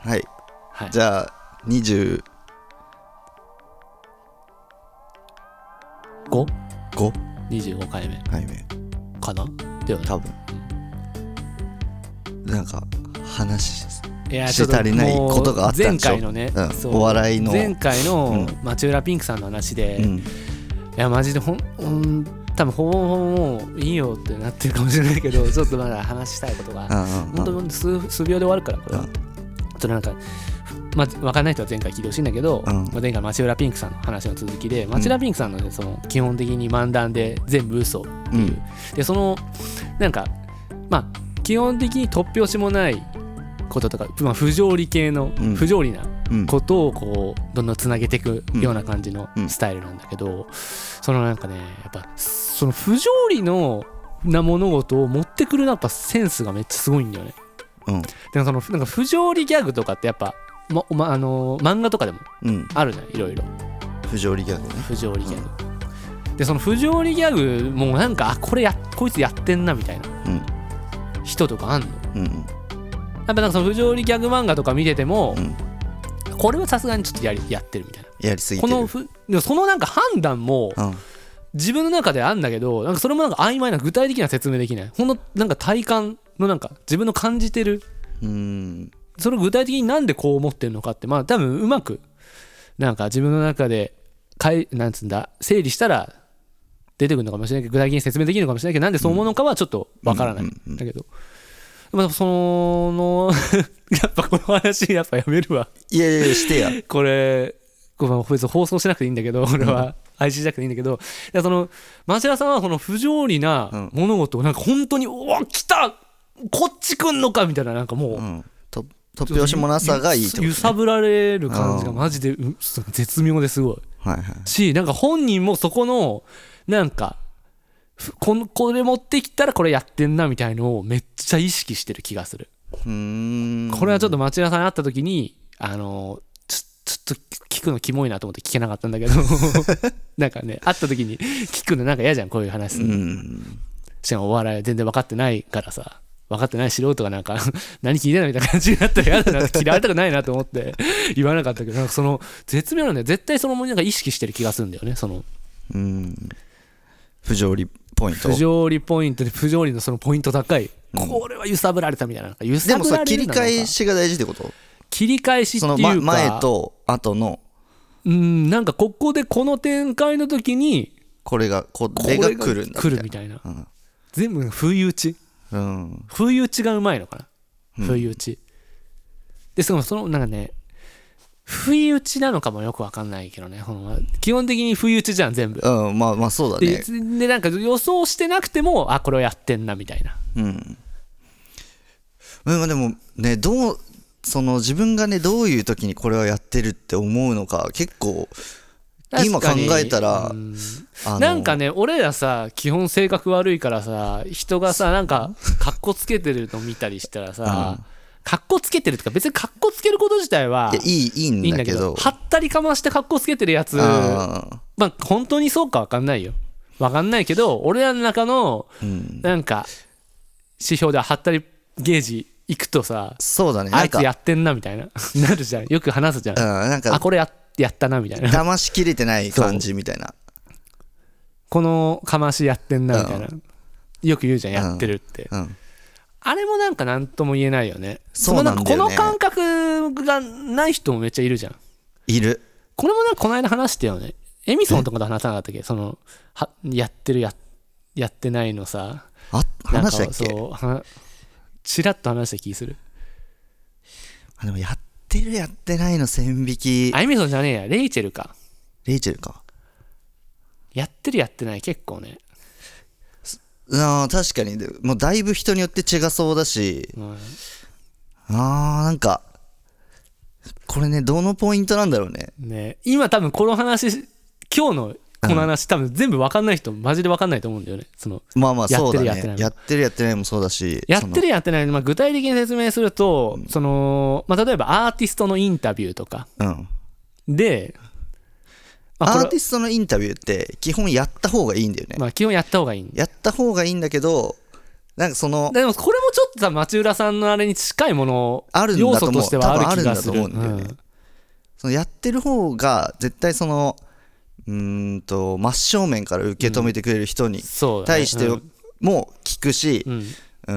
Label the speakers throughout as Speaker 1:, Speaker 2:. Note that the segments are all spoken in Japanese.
Speaker 1: はい。
Speaker 2: はい
Speaker 1: じゃあ、25?
Speaker 2: 25回目
Speaker 1: 回目。
Speaker 2: かなでは
Speaker 1: 多分。なんか、話です。
Speaker 2: いや
Speaker 1: し足りないことがあったんでしょ
Speaker 2: 前回のね、
Speaker 1: うん
Speaker 2: そう
Speaker 1: お笑いの
Speaker 2: 前回
Speaker 1: う
Speaker 2: の
Speaker 1: ん
Speaker 2: 町浦ピンクさんの話で、
Speaker 1: う
Speaker 2: い
Speaker 1: ん。
Speaker 2: やマジでほんほん多分ほぼほぼもういいよってなってるかもしれないけ どちょっとまだ話したいことが
Speaker 1: うんうん
Speaker 2: 本
Speaker 1: うん
Speaker 2: 当に数数秒で終わるからこれは、
Speaker 1: うん
Speaker 2: あとなんか、まあ、分かんない人は前回聞いてほしいんだけど、
Speaker 1: うん
Speaker 2: まあ、前回町浦ピンクさんの話の続きで町浦ピンクさんの,、ねその基本的に漫談で全部嘘っていう、
Speaker 1: うん
Speaker 2: でそのなんかまあ基本的に突拍子もないこととか、まあ、不条理系の
Speaker 1: うん
Speaker 2: 不条理な
Speaker 1: うん
Speaker 2: ことをこうどんどんつなげていくような感じの
Speaker 1: うん
Speaker 2: スタイルなんだけど、そのなんかねやっぱその不条理のな物事を持ってくるやっぱセンスがめっちゃすごいんだよね。
Speaker 1: うん
Speaker 2: でもそのなんか不条理ギャグとかってやっぱ、ままあの漫画とかでも
Speaker 1: うん
Speaker 2: あるじゃんいろいろ
Speaker 1: 不条理ギャグね
Speaker 2: 不条理ギャグ、でその不条理ギャグもなんかあこれやこいつやってんなみたいな
Speaker 1: うん
Speaker 2: 人とかあんのやっ
Speaker 1: うん
Speaker 2: ぱなんかその不条理ギャグ漫画とか見てても、
Speaker 1: うん
Speaker 2: これはさすがにちょっとやりやってるみたいな
Speaker 1: やりすぎて
Speaker 2: こ
Speaker 1: る
Speaker 2: のふでもそのなんか判断も
Speaker 1: うん
Speaker 2: 自分の中であんだけどなんかそれもなんか曖昧な具体的な説明できないほんのなんか体感のなんか自分の感じてる
Speaker 1: うん
Speaker 2: それを具体的になんでこう思ってるのかってまあ多分うまくなんか自分の中でかいなんつうんだ整理したら出てくるのかもしれないけど具体的に説明できるのかもしれないけどなんでそう思うのかはちょっとわからない、
Speaker 1: うんうんうん
Speaker 2: だけど、まあ、その やっぱこの話やっぱやめるわ
Speaker 1: いやいやいやしてや
Speaker 2: これごめん別に放送しなくていいんだけど俺は愛知じゃなくていいんだけどでその町田さんはその不条理な物事をなんか本当に「うわ来たこっち来んのか!」みたいななんかもう。
Speaker 1: うんと突拍子もなさがいいってこと
Speaker 2: 揺
Speaker 1: ね
Speaker 2: さぶられる感じが
Speaker 1: うん
Speaker 2: マジでうそう絶妙ですごい
Speaker 1: はいはい
Speaker 2: しなんか本人もそこのなんかふこのこれ持ってきたらこれやってんなみたいのをめっちゃ意識してる気がする
Speaker 1: うーん
Speaker 2: これはちょっと町田さんに会った時にあのちょちょっと聞くのキモいなと思って聞けなかったんだけ どなんかね会った時に聞くのなんか嫌じゃんこういう話す
Speaker 1: う
Speaker 2: るの
Speaker 1: ん
Speaker 2: しかもお笑い全然分かってないからさ分かってない素人がなんか 何聞いてないみたいな感じになったら嫌だなって嫌われたくないなと思って 言わなかったけどなんかその絶妙なんだよ絶対そのもなんか意識してる気がするんだよねその
Speaker 1: うん不条理ポイント
Speaker 2: 不条理ポイントで不条理のそのポイント高い、これは揺さぶられたみたいななんか揺
Speaker 1: で
Speaker 2: さ
Speaker 1: も
Speaker 2: ぶら
Speaker 1: さ
Speaker 2: れ
Speaker 1: 切
Speaker 2: る
Speaker 1: り
Speaker 2: ななんか
Speaker 1: 返しが大事ってこと
Speaker 2: 切り返しっ
Speaker 1: そ
Speaker 2: ていうか
Speaker 1: の、ま、前と後の
Speaker 2: うんなんかここでこの展開の時に
Speaker 1: これがこ
Speaker 2: こ
Speaker 1: れ
Speaker 2: れ
Speaker 1: が
Speaker 2: が
Speaker 1: 来るんだ
Speaker 2: 来るみたいな
Speaker 1: たいな
Speaker 2: 全部不意打ち
Speaker 1: うんうん
Speaker 2: 不意打ちがうまいのかな不意打ち、でしかもそのなんかね不意打ちなのかもよくわかんないけどねこの基本的に不意打ちじゃん全部
Speaker 1: うんまあまあそうだ
Speaker 2: で
Speaker 1: ね
Speaker 2: でなんか予想してなくてもあこれをやってんなみたいな
Speaker 1: うんまあでもねどうその自分がねどういう時にこれはやってるって思うのか結構今考えたら
Speaker 2: うん
Speaker 1: あの
Speaker 2: なんかね俺らさ基本性格悪いからさ人が さなんかかっこつけてるの見たりしたらさ、かっこつけてるってか別にかっこつけること自体はい
Speaker 1: やいいいい
Speaker 2: いい
Speaker 1: ん
Speaker 2: ん
Speaker 1: だ
Speaker 2: だけ
Speaker 1: けど
Speaker 2: どはったりかましてかっこつけてるやつ
Speaker 1: あ
Speaker 2: まあ本当にそうか分かんないよ分かんないけど俺らの中の
Speaker 1: ーうん
Speaker 2: なんか指標ではったりゲージいくとさ
Speaker 1: そうだね
Speaker 2: あ
Speaker 1: なん
Speaker 2: い
Speaker 1: か
Speaker 2: つやってんなみたいななるじゃんよく話すじゃん
Speaker 1: うんなん
Speaker 2: あ
Speaker 1: か
Speaker 2: これややったなみたいな
Speaker 1: 騙しきれてない感じみたいな
Speaker 2: このかましやってんなみたいなよく言うじゃんやってるって
Speaker 1: うん
Speaker 2: あれもなんか何とも言えないよね
Speaker 1: そうなんだよね
Speaker 2: そのなんかこの感覚がない人もめっちゃいるじゃん
Speaker 1: いる
Speaker 2: これもなんかこの間話してよねエミソンとかと話さなかったっけそのはやってるややってないのさ
Speaker 1: あ
Speaker 2: なんか
Speaker 1: 話したっけ
Speaker 2: そうはちらっと話した気する
Speaker 1: あでもやってるやってないの線引き
Speaker 2: あエミソンじゃねえやレイチェルか
Speaker 1: レイチェルか
Speaker 2: やってるやってない結構ね、
Speaker 1: あー確かにでもうだいぶ人によって違そうだし
Speaker 2: うん
Speaker 1: あーなんかこれねどのポイントなんだろうね
Speaker 2: ね今多分この話今日のこの話、多分全部分かんない人マジで分かんないと思うんだよねその
Speaker 1: まあまあ
Speaker 2: や
Speaker 1: そ
Speaker 2: っ
Speaker 1: う
Speaker 2: て
Speaker 1: だね
Speaker 2: るやってないも
Speaker 1: やってるやってないもそうだし
Speaker 2: やってるやってない、まあ、具体的に説明すると、その、まあ、例えばアーティストのインタビューとか
Speaker 1: そのうん
Speaker 2: で、まあ、
Speaker 1: ア
Speaker 2: これ
Speaker 1: ーティストのインタビューって基本やった方がいいんだよね、
Speaker 2: まあ基本やった方がいいんだ
Speaker 1: やった方がいいんだけどなんかその
Speaker 2: でもこれもちょっとさ町浦さんのあれに近いもの
Speaker 1: あるんだと思う
Speaker 2: 要素としてはある気がする
Speaker 1: 多分あるんだと思うんだよねそのやってる方が絶対そのうーんと真正面から受け止めてくれる人に
Speaker 2: そうだね
Speaker 1: 対しても聞くし、
Speaker 2: うん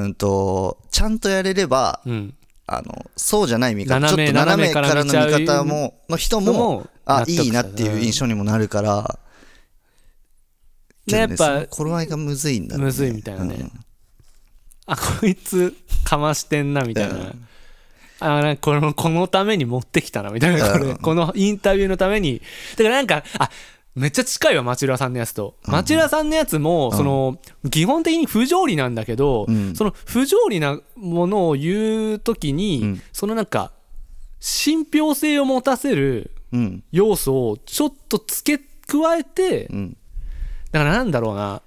Speaker 1: うんとちゃんとやれれば
Speaker 2: うん
Speaker 1: あのそうじゃない見方ちょっ
Speaker 2: 斜め
Speaker 1: と斜め
Speaker 2: 斜めか
Speaker 1: からら
Speaker 2: 見
Speaker 1: の
Speaker 2: ちゃう
Speaker 1: 見方もの人
Speaker 2: の
Speaker 1: も
Speaker 2: も
Speaker 1: あ
Speaker 2: 納得
Speaker 1: いいなっていう印象にもなるから、
Speaker 2: ねや
Speaker 1: そ
Speaker 2: っぱ
Speaker 1: の頃合いがむずいんだろうね
Speaker 2: むずいみたいなね、あこいつかましてんなみたいな、
Speaker 1: うん
Speaker 2: あなんかこのこのために持ってきたなみたいな、これ
Speaker 1: うん
Speaker 2: このインタビューのためにだからなんかあめっちゃ近いわ町浦さんのやつと町浦さんのやつも、その基本的に不条理なんだけど、
Speaker 1: うん
Speaker 2: その不条理なものを言う時に、
Speaker 1: うん
Speaker 2: そのなんか信憑性を持たせる
Speaker 1: うん
Speaker 2: 要素をちょっと付け加えて
Speaker 1: うん
Speaker 2: だからなんだろうな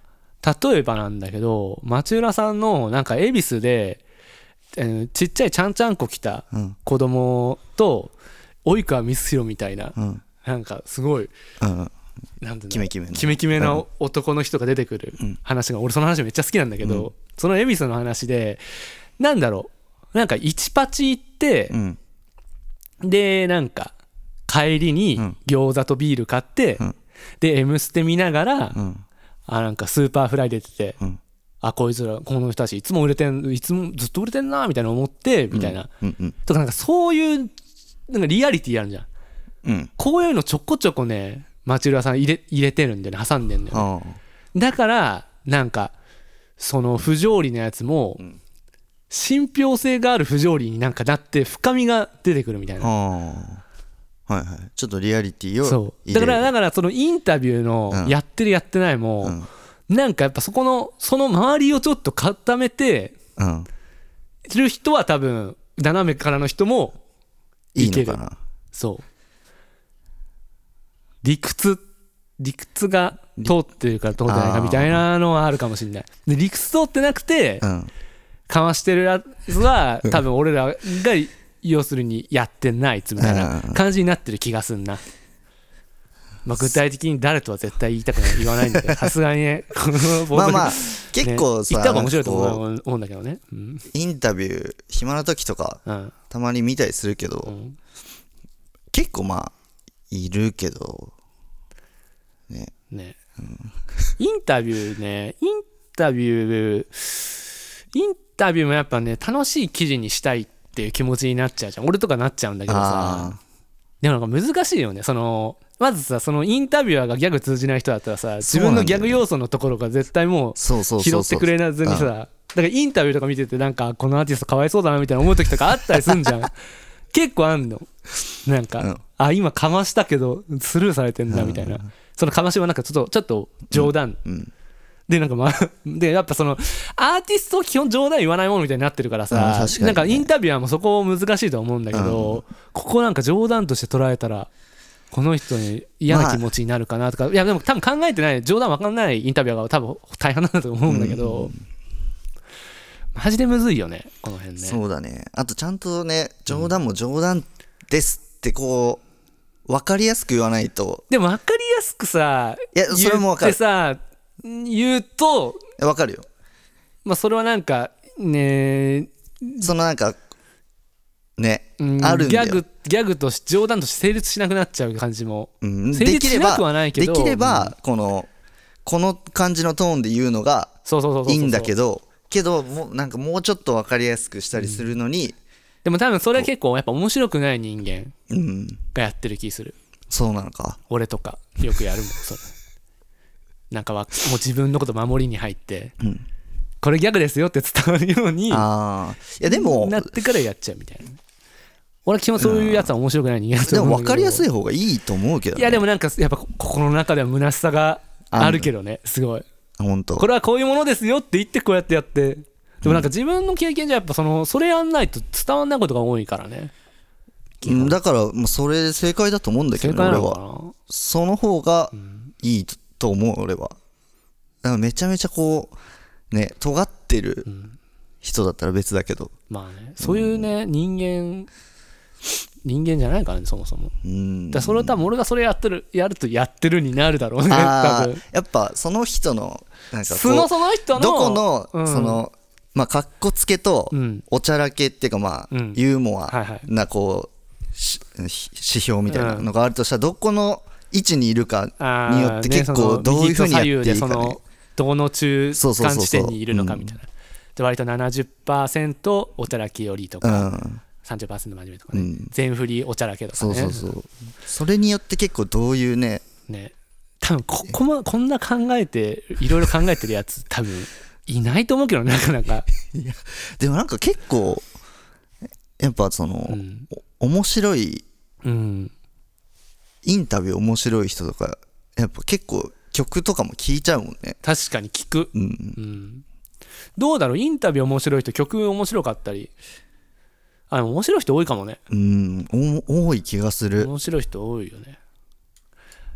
Speaker 2: 例えばなんだけど町浦さんのなんか恵比寿で、えーちっちゃいちゃんちゃんこ着た
Speaker 1: うん
Speaker 2: 子供と及川光弘みたいな、
Speaker 1: うん
Speaker 2: なんかすごい
Speaker 1: うん
Speaker 2: なんていうんだろう
Speaker 1: キメキメの
Speaker 2: キメキメな男の人が出てくる話が、俺その話めっちゃ好きなんだけど、その恵比寿の話でなんだろうなんか一パチ行って
Speaker 1: う、ん
Speaker 2: でなんか帰りに
Speaker 1: うん
Speaker 2: 餃子とビール買って、
Speaker 1: ん
Speaker 2: で「M ステ」見ながら、
Speaker 1: うん
Speaker 2: あなんかスーパーフライ出てて、
Speaker 1: うん
Speaker 2: あこいつらこの人たちいつも売れてんいつもずっと売れてんなみたいな思ってみたいな、
Speaker 1: うんうん
Speaker 2: とかなんかそういうなんかリアリティあるじゃん
Speaker 1: うん
Speaker 2: こういうのちょこちょこね町浦さん入れ入れてるんでね挟んでんだよね、
Speaker 1: ああ
Speaker 2: だからなんかその不条理なやつも、信憑性がある不条理になんかなって深みが出てくるみたいな
Speaker 1: ああはいはいちょっとリアリティを
Speaker 2: そう
Speaker 1: 入
Speaker 2: だ
Speaker 1: れ
Speaker 2: か
Speaker 1: る
Speaker 2: らだからそのインタビューの
Speaker 1: うん
Speaker 2: やってるやってないも、なんかやっぱそこのその周りをちょっと固めて
Speaker 1: うん
Speaker 2: る人は多分斜めからの人も
Speaker 1: いい
Speaker 2: いけ
Speaker 1: の
Speaker 2: る
Speaker 1: かな
Speaker 2: そう理屈理屈が通ってるから通ってないかみたいなのはあるかもしれないで理屈通ってなくて
Speaker 1: うん
Speaker 2: かましてるやつは多分俺らが要するにやってないつみたいな感じになってる気がすんな、まあ、具体的に誰とは絶対言いたくない言わない んだけどさすがにねこの冒頭
Speaker 1: まあまあ
Speaker 2: ね
Speaker 1: 結構
Speaker 2: 言
Speaker 1: さ
Speaker 2: った方が面白いと
Speaker 1: なんかこう
Speaker 2: 思う思うんだけどねうん
Speaker 1: インタビュー暇な時とか
Speaker 2: うん
Speaker 1: たまに見たりするけど、
Speaker 2: ん
Speaker 1: 結構まあいるけど
Speaker 2: ね、インタビューねインタビューインタビューもやっぱね楽しい記事にしたいっていう気持ちになっちゃうじゃん俺とかなっちゃうんだけどさ
Speaker 1: あ
Speaker 2: でもなんか難しいよねそのまずさそのインタビュアーがギャグ通じない人だったらさ自分のギャグ要素のところが絶対もう
Speaker 1: ーそうそう
Speaker 2: 拾
Speaker 1: そう
Speaker 2: って
Speaker 1: そう
Speaker 2: くれなずにさだからインタビューとか見ててなんかこのアーティストかわいそうだなみたいな思う時とかあったりすん じゃん結構あんのなんか、
Speaker 1: うん
Speaker 2: あ今かましたけどスルーされてんだみたいな、そのかましはなんかちょっとちょっと冗談、
Speaker 1: うん
Speaker 2: でなんかまあ でやっぱそのアーティストは基本冗談言わないものみたいになってるからさ
Speaker 1: うん確かにね
Speaker 2: なんかインタビュアーもそこ難しいとは思うんだけど、ここなんか冗談として捉えたらこの人に嫌な気持ちになるかなとか、いやでも多分考えてない冗談わかんないインタビュアーが多分大半なんだと思うんだけど、マジでむずいよねこの辺ね
Speaker 1: そうだねあとちゃんとね冗談も冗談ですってこう分かりやすく言わないと
Speaker 2: でも分かりやすくさ
Speaker 1: いやそれもわかる
Speaker 2: 言ってさ言うと、
Speaker 1: 分かるよ
Speaker 2: まあ、それはなんかね
Speaker 1: そのなんかね
Speaker 2: うん
Speaker 1: あるんだよ
Speaker 2: ギャグギャグとして冗談として成立しなくなっちゃう感じも、
Speaker 1: うん
Speaker 2: 成立しなくはないけど
Speaker 1: できればこのこの感じのトーンで言うのが
Speaker 2: そうそうそうそう
Speaker 1: い
Speaker 2: い
Speaker 1: いんだけど
Speaker 2: ど
Speaker 1: けどもうなんかもうちょっと分かりやすくしたりするのに
Speaker 2: でも多分それは結構やっぱ面白くない人間
Speaker 1: うん
Speaker 2: がやってる気する
Speaker 1: そうなのか
Speaker 2: 俺とかよくやるもんそれ なんかわもう自分のこと守りに入って、
Speaker 1: うん
Speaker 2: これギャグですよって伝わるように
Speaker 1: ああいやでも
Speaker 2: なってからやっちゃうみたいな俺は基本そういうやつは面白くない人間だ
Speaker 1: で
Speaker 2: と思
Speaker 1: も
Speaker 2: う
Speaker 1: 分
Speaker 2: んだけど
Speaker 1: かりやすい方がいいと思うけど、
Speaker 2: い
Speaker 1: ね、
Speaker 2: やでもなんかやっぱ心の中では虚しさがあるけどねすごい
Speaker 1: 本当
Speaker 2: これはこういうものですよって言ってこうやってやってでもなんか自分の経験じゃやっぱそのそれやんないと伝わんないことが多いからね
Speaker 1: うんだからもうそれで正解だと思うんだけど、
Speaker 2: 正解
Speaker 1: ね、
Speaker 2: な
Speaker 1: 俺
Speaker 2: のか
Speaker 1: は
Speaker 2: な
Speaker 1: その方がいいと思う俺はだからめちゃめちゃこうね尖ってる人だったら別だけど
Speaker 2: まあねそういうね人間人間じゃないからねそもそもだか
Speaker 1: うん
Speaker 2: らそれは多分俺がそれやってるやるとやってるになるだろうね多
Speaker 1: あー
Speaker 2: 分
Speaker 1: やっぱその人のなんか
Speaker 2: 素のその人の
Speaker 1: どこの、
Speaker 2: うん
Speaker 1: そのまあかっこつけと
Speaker 2: うん
Speaker 1: おちゃらけっていうかまあ
Speaker 2: うん
Speaker 1: ユーモ
Speaker 2: はい
Speaker 1: ア
Speaker 2: はい
Speaker 1: なこうしひ指標みたいなのがあるとしたらどこの位置にいるか
Speaker 2: あー
Speaker 1: によって
Speaker 2: ね
Speaker 1: 結構
Speaker 2: その
Speaker 1: どういうふうにやっていいかね
Speaker 2: 右と左右でそのどの中
Speaker 1: そうそうそう
Speaker 2: 間
Speaker 1: そう
Speaker 2: 地点にいるのかみたいな。で割と70%おちゃらけ寄りと
Speaker 1: う
Speaker 2: か、
Speaker 1: ん
Speaker 2: 30%真面目とか
Speaker 1: う
Speaker 2: ね、
Speaker 1: ん
Speaker 2: 全振りおちゃらけとか
Speaker 1: そ
Speaker 2: ね
Speaker 1: うそうそうそれによって結構どういうね
Speaker 2: ね多分ここもこんな考えていろいろ考えてるやつ多分いないと思うけどなかなか、
Speaker 1: でもなんか結構やっぱその、
Speaker 2: うん
Speaker 1: お面白い
Speaker 2: うん、
Speaker 1: インタビュー面白い人とかやっぱ結構曲とかも聴いちゃうもんね
Speaker 2: 確かに聞く、
Speaker 1: うん
Speaker 2: うん、どうだろうインタビュー面白い人曲面白かったりあでも面白い人多いかもね
Speaker 1: うんお多い気がする
Speaker 2: 面白い人多いよね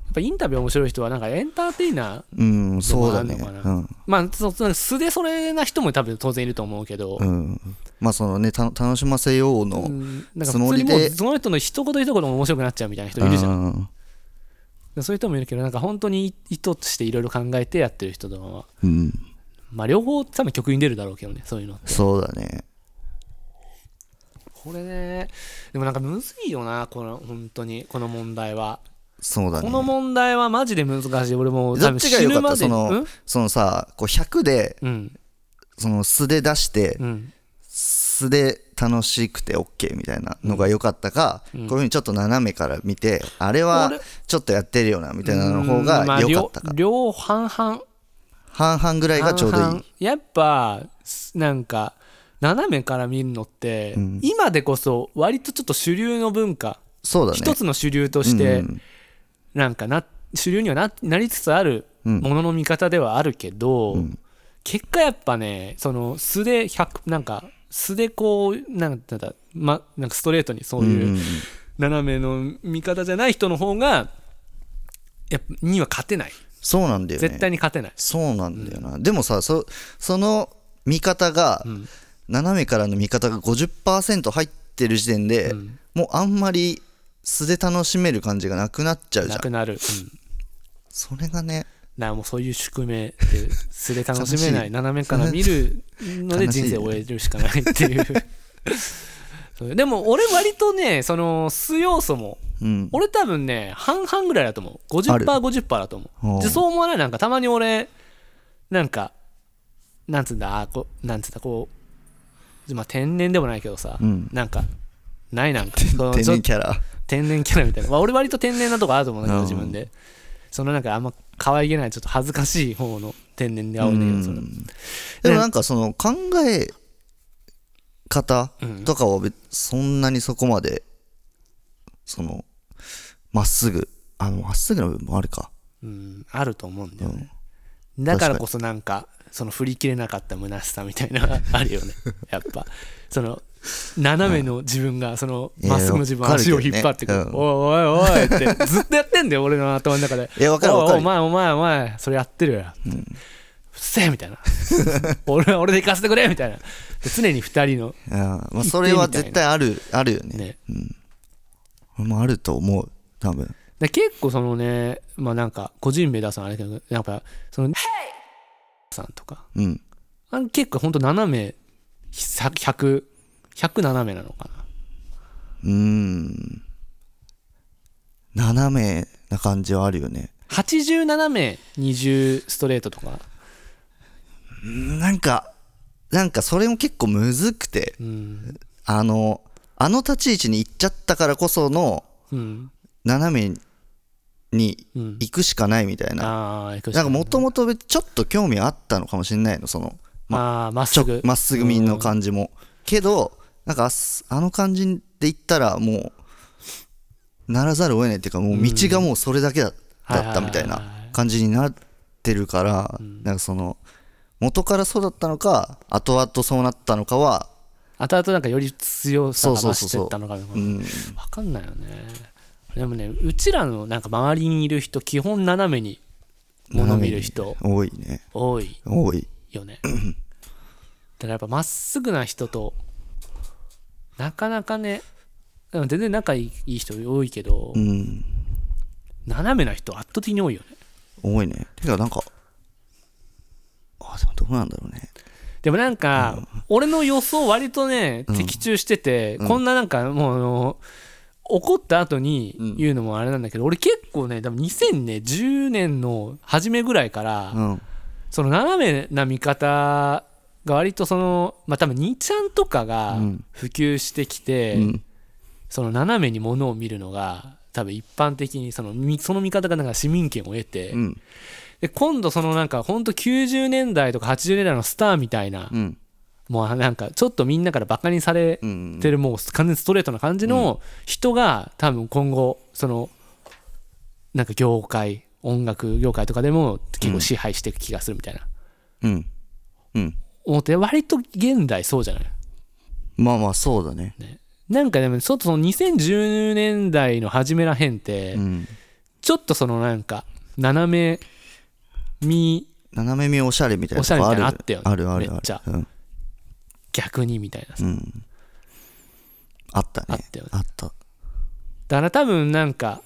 Speaker 2: やっぱインタビュー面白い人はなんかエンターテイナー
Speaker 1: うんそうだね
Speaker 2: でもあんの
Speaker 1: う
Speaker 2: か
Speaker 1: ん、
Speaker 2: まあそそ素でそれな人も多分当然いると思うけど、
Speaker 1: うん、まあそのねた楽しませようの、
Speaker 2: うんなんか
Speaker 1: つも
Speaker 2: 普通に
Speaker 1: りで
Speaker 2: もうその人の一言一言も面白くなっちゃうみたいな人いるじゃん
Speaker 1: ん
Speaker 2: そういう人もいるけどなんか本当に意図としていろいろ考えてやってる人とかは
Speaker 1: うん
Speaker 2: まあ両方多分曲に出るだろうけどねそういうの
Speaker 1: そうだね
Speaker 2: これねでもなんかむずいよなこの本当にこの問題は、
Speaker 1: そうだ
Speaker 2: こ
Speaker 1: ね
Speaker 2: の問題はマジで難しい俺もう多
Speaker 1: どっ
Speaker 2: 分
Speaker 1: ちが
Speaker 2: 死
Speaker 1: 良か
Speaker 2: ぬ
Speaker 1: った
Speaker 2: まで
Speaker 1: そ
Speaker 2: に
Speaker 1: のそのさこう100で
Speaker 2: うんうん
Speaker 1: その素で出して
Speaker 2: うん
Speaker 1: 素で楽しくて OK みたいなのが良かったか、
Speaker 2: うん
Speaker 1: こういうふうにちょっと斜めから見てあれは
Speaker 2: 俺
Speaker 1: ちょっとやってるよなみたいなの方
Speaker 2: うんま
Speaker 1: が
Speaker 2: あ
Speaker 1: 良かったか、
Speaker 2: 両両半々
Speaker 1: 半々ぐらいがちょうどいい
Speaker 2: 半々やっぱすなんか斜めから見るのって、
Speaker 1: うん
Speaker 2: 今でこそ割とちょっと主流の文化、
Speaker 1: そうだね
Speaker 2: 一つの主流として、
Speaker 1: うん
Speaker 2: なんかな主流にはななりつつある
Speaker 1: うん
Speaker 2: ものの見方ではあるけど、
Speaker 1: うん
Speaker 2: 結果やっぱねその素で100なんか素でこうなんかなんだ、ま、なんかストレートにそう
Speaker 1: う
Speaker 2: いうん斜めの見方じゃない人の方がやっぱには勝てない
Speaker 1: そうなんだよね
Speaker 2: 絶対に勝てない、
Speaker 1: そうなんだよな、でもさそその見方が、
Speaker 2: ん
Speaker 1: 斜めからの見方が50%入ってる時点で、
Speaker 2: うん
Speaker 1: もうあんまり素で楽しめる感じがなくなっちゃうじゃ
Speaker 2: なんくなる、うん、
Speaker 1: それがね
Speaker 2: なもうそういう宿命って素で楽しめ な
Speaker 1: 悲し
Speaker 2: い
Speaker 1: い
Speaker 2: 斜めから見るので
Speaker 1: 悲しい
Speaker 2: 人生を終えるしかないって いうそうでも俺割とねその素要素も
Speaker 1: うん
Speaker 2: 俺多分ね半々ぐらいだと思う
Speaker 1: ある
Speaker 2: 50%50% だと思
Speaker 1: お
Speaker 2: う
Speaker 1: う
Speaker 2: でそう思わないなんかたまに俺なんかなんつうんだあーこなんつうんだこうまあ天然でもないけどさ、
Speaker 1: うん
Speaker 2: なんかないなんかこの
Speaker 1: 天
Speaker 2: ちょっ
Speaker 1: 然キャラ
Speaker 2: 天然キャラみたいな、まあ、俺割と天然なとこあると思うんだけど
Speaker 1: うん
Speaker 2: 自分でそのなんかあんま可愛げないちょっと恥ずかしい方の天然で青いんだけどそれ
Speaker 1: うんでもなんかその考え方とかは別そんなにそこまでそのまっすぐあのまっすぐの部分もあるか
Speaker 2: うんあると思うんだよね、だからこそなんかその振り切れなかった虚しさみたいなあるよ ねやっぱその斜めの自分がその
Speaker 1: いや
Speaker 2: まっすぐの自分
Speaker 1: わかるけ
Speaker 2: 足
Speaker 1: ど
Speaker 2: を
Speaker 1: ね
Speaker 2: 引っ張ってくる
Speaker 1: うん
Speaker 2: おいおいおいってずっとやってんだよ俺の頭の中で
Speaker 1: いやわかるわかる
Speaker 2: おいお前お前お前それやってるようっせえみたいな 俺は俺で行かせてくれみたいなで常に二人の
Speaker 1: うんまあ、それは絶対あるあるよね
Speaker 2: ね
Speaker 1: 俺もあると思う多分
Speaker 2: で結構そのねまあなんか個人名出すのあれだけどやっぱそのさんとか
Speaker 1: うん
Speaker 2: あの結構ほんと斜め100100 100斜めなのかな
Speaker 1: うーん斜めな感じはあるよね
Speaker 2: 87名20ストレートとか
Speaker 1: うんなんかなんかそれも結構むずくて
Speaker 2: うん
Speaker 1: あのあの立ち位置に行っちゃったからこその
Speaker 2: うん
Speaker 1: 斜めに
Speaker 2: うん
Speaker 1: 行くしかないみたいな、
Speaker 2: ああいくし
Speaker 1: なん
Speaker 2: か
Speaker 1: か
Speaker 2: ない
Speaker 1: もともとちょっと興味あったのかもしれないのその
Speaker 2: ああまっ
Speaker 1: ち
Speaker 2: す
Speaker 1: ょ
Speaker 2: ぐ
Speaker 1: まっすぐみんの感じも、けどなんかあすあの感じで行ったらもうならざるを得ないっていうかもう道がもうそれだけだ,、だったみたい
Speaker 2: はいはいはい
Speaker 1: な
Speaker 2: はい
Speaker 1: 感じになってるから、なんかその元からそうだったのか後々そうなったのかは
Speaker 2: 後々なんかより強さが
Speaker 1: そう
Speaker 2: 増
Speaker 1: そうそう
Speaker 2: して
Speaker 1: そう
Speaker 2: ったのかなわ
Speaker 1: うん
Speaker 2: かんないよねでもねうちらのなんか周りにいる人基本斜めに物見る人
Speaker 1: 多いね
Speaker 2: 多い
Speaker 1: 多い
Speaker 2: よね。だからやっぱまっすぐな人となかなかねうん全然仲いいいい人多いけど、
Speaker 1: うん
Speaker 2: 斜めな人圧倒的に多いよね。
Speaker 1: 多いねてかなんかあでもどうなんだろうね
Speaker 2: でもなんか、俺の予想割とね的中してて、こんななんかもうあの怒った後に言うのもあれなんだけど、俺結構ね多分2010年の初めぐらいから、
Speaker 1: うん。
Speaker 2: その斜めな見方が割とそのまあ多分2ちゃんとかが
Speaker 1: うん
Speaker 2: 普及してきて、
Speaker 1: うん。
Speaker 2: その斜めにものを見るのが多分一般的にそのみその見方がなんか市民権を得て、
Speaker 1: うん。
Speaker 2: で今度そのなんかほんと90年代とか80年代のスターみたいな、
Speaker 1: うん。
Speaker 2: もうなんかちょっとみんなからバカにされ
Speaker 1: うん。
Speaker 2: てるもう完全にストレートな感じの人が多分今後そのなんか業界音楽業界とかでも結構支配していく気がするみたいな
Speaker 1: うん。うん。
Speaker 2: 思って割と現代そうじゃない
Speaker 1: まあまあ、そうだね。
Speaker 2: なんかでもちょっとその2010年代の初めらへんって
Speaker 1: うん。
Speaker 2: ちょっとそのなんか斜め見
Speaker 1: 斜め見おしゃれみたいなとこある
Speaker 2: おしゃれみたいなのあったよね
Speaker 1: あるあるある。
Speaker 2: めっちゃ
Speaker 1: うん。
Speaker 2: 逆にみたいなさ
Speaker 1: うん。あったね。
Speaker 2: あったよね
Speaker 1: あった。
Speaker 2: だから多分なんか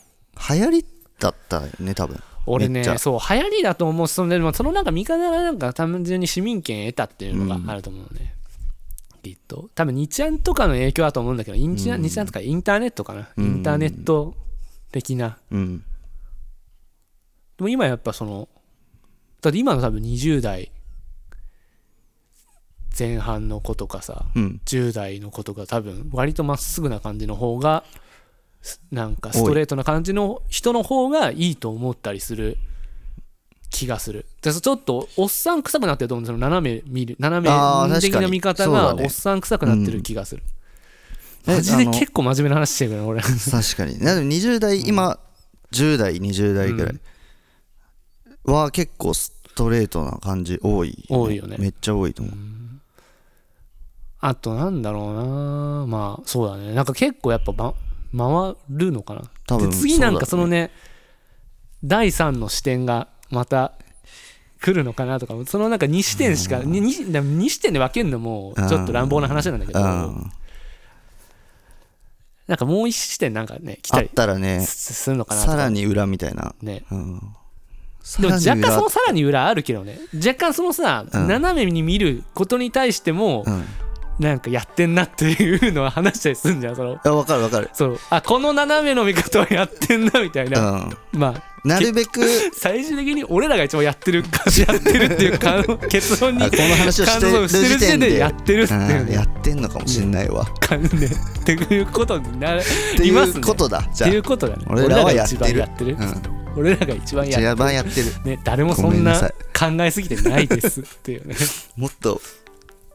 Speaker 1: 流行りだったよね、多分。
Speaker 2: 俺
Speaker 1: め
Speaker 2: ね
Speaker 1: っちゃ
Speaker 2: そう流行りだと思うそのでもそのなんか見方がなんか単純に市民権得たっていうのがあると思うのね、きっと多分2ちゃんとかの影響だと思うんだけどインチャン、2ちゃんとかインターネットかな、インターネット的な
Speaker 1: うん。
Speaker 2: でも今やっぱそのだって今の多分20代前半の子とかさ
Speaker 1: うん。
Speaker 2: 10代の子とか多分割とまっすぐな感じの方がすなんかストレートな感じの人の方がいいと思ったりする気がするでちょっとおっさん臭くなってると思うんですよ斜め見る斜
Speaker 1: あー
Speaker 2: め的
Speaker 1: 確かに
Speaker 2: な見方
Speaker 1: そうだ
Speaker 2: が
Speaker 1: ね
Speaker 2: おっさん臭くなってる気がする
Speaker 1: うん
Speaker 2: マジで
Speaker 1: えあの
Speaker 2: 結構真面目な話してるか ら俺
Speaker 1: 確かに。なので20代、今、10代、20代ぐらいは結構ストレートな感じ多い。
Speaker 2: 多いよね
Speaker 1: めっちゃ多いと思う。
Speaker 2: あとなんだろうなまあそうだねなんか結構やっぱ、ま、回るのかな
Speaker 1: 多分
Speaker 2: で次なんか
Speaker 1: そ
Speaker 2: そう
Speaker 1: だね
Speaker 2: のね第3の視点がまた来るのかなとかそのなんか2視点しか 2, 視点で分けるのもちょっと乱暴な話なんだけど
Speaker 1: うん。
Speaker 2: なんかもう1視点なんかね来
Speaker 1: あ
Speaker 2: た
Speaker 1: っ
Speaker 2: り
Speaker 1: たらね、
Speaker 2: すするのかなと
Speaker 1: さ
Speaker 2: から
Speaker 1: に裏みたいな。
Speaker 2: ね
Speaker 1: うん。
Speaker 2: でも
Speaker 1: さら
Speaker 2: 若
Speaker 1: に
Speaker 2: 干
Speaker 1: 裏
Speaker 2: そのさらに裏あるけどね若干そのさ、
Speaker 1: うん
Speaker 2: 斜めに見ることに対しても、
Speaker 1: うん。い
Speaker 2: なんかやってんなっていうのは話したりするんじゃんその
Speaker 1: やわかるわかる。
Speaker 2: そうあこの斜めの見方はやってんなみたいうな、
Speaker 1: ん。
Speaker 2: まあ
Speaker 1: なるべく、
Speaker 2: 最終 的に俺らが一番やってるやってるっていう感結論に
Speaker 1: あこの話をしてる
Speaker 2: して
Speaker 1: 時
Speaker 2: る時
Speaker 1: 点
Speaker 2: 点
Speaker 1: で
Speaker 2: でやってるっていう
Speaker 1: うんやってんのかもしんないわ。
Speaker 2: 感じでっていうことになる
Speaker 1: って
Speaker 2: い
Speaker 1: い
Speaker 2: ますね
Speaker 1: うことだ。
Speaker 2: っ
Speaker 1: じゃ
Speaker 2: て
Speaker 1: あ
Speaker 2: いう、ことだね
Speaker 1: 俺らはやってる
Speaker 2: 俺らが一番やってる俺らが一番
Speaker 1: じゃあ
Speaker 2: や
Speaker 1: や
Speaker 2: って
Speaker 1: ばいやってる。
Speaker 2: るね誰もそ
Speaker 1: ごめ
Speaker 2: ん
Speaker 1: ん
Speaker 2: な
Speaker 1: な
Speaker 2: 考
Speaker 1: さい
Speaker 2: えすぎてないですっていうね
Speaker 1: もっと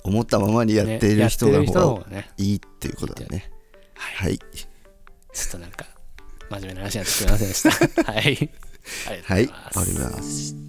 Speaker 1: 思ったままにやってい
Speaker 2: ね
Speaker 1: る人が
Speaker 2: やってる人の
Speaker 1: 方
Speaker 2: 方
Speaker 1: が
Speaker 2: がね
Speaker 1: いいっていうことだね。はい。
Speaker 2: ちょっとなんか真面目な話になってすみませんでしたはいありがとうござ
Speaker 1: はい。
Speaker 2: い
Speaker 1: 終
Speaker 2: ます、
Speaker 1: わります。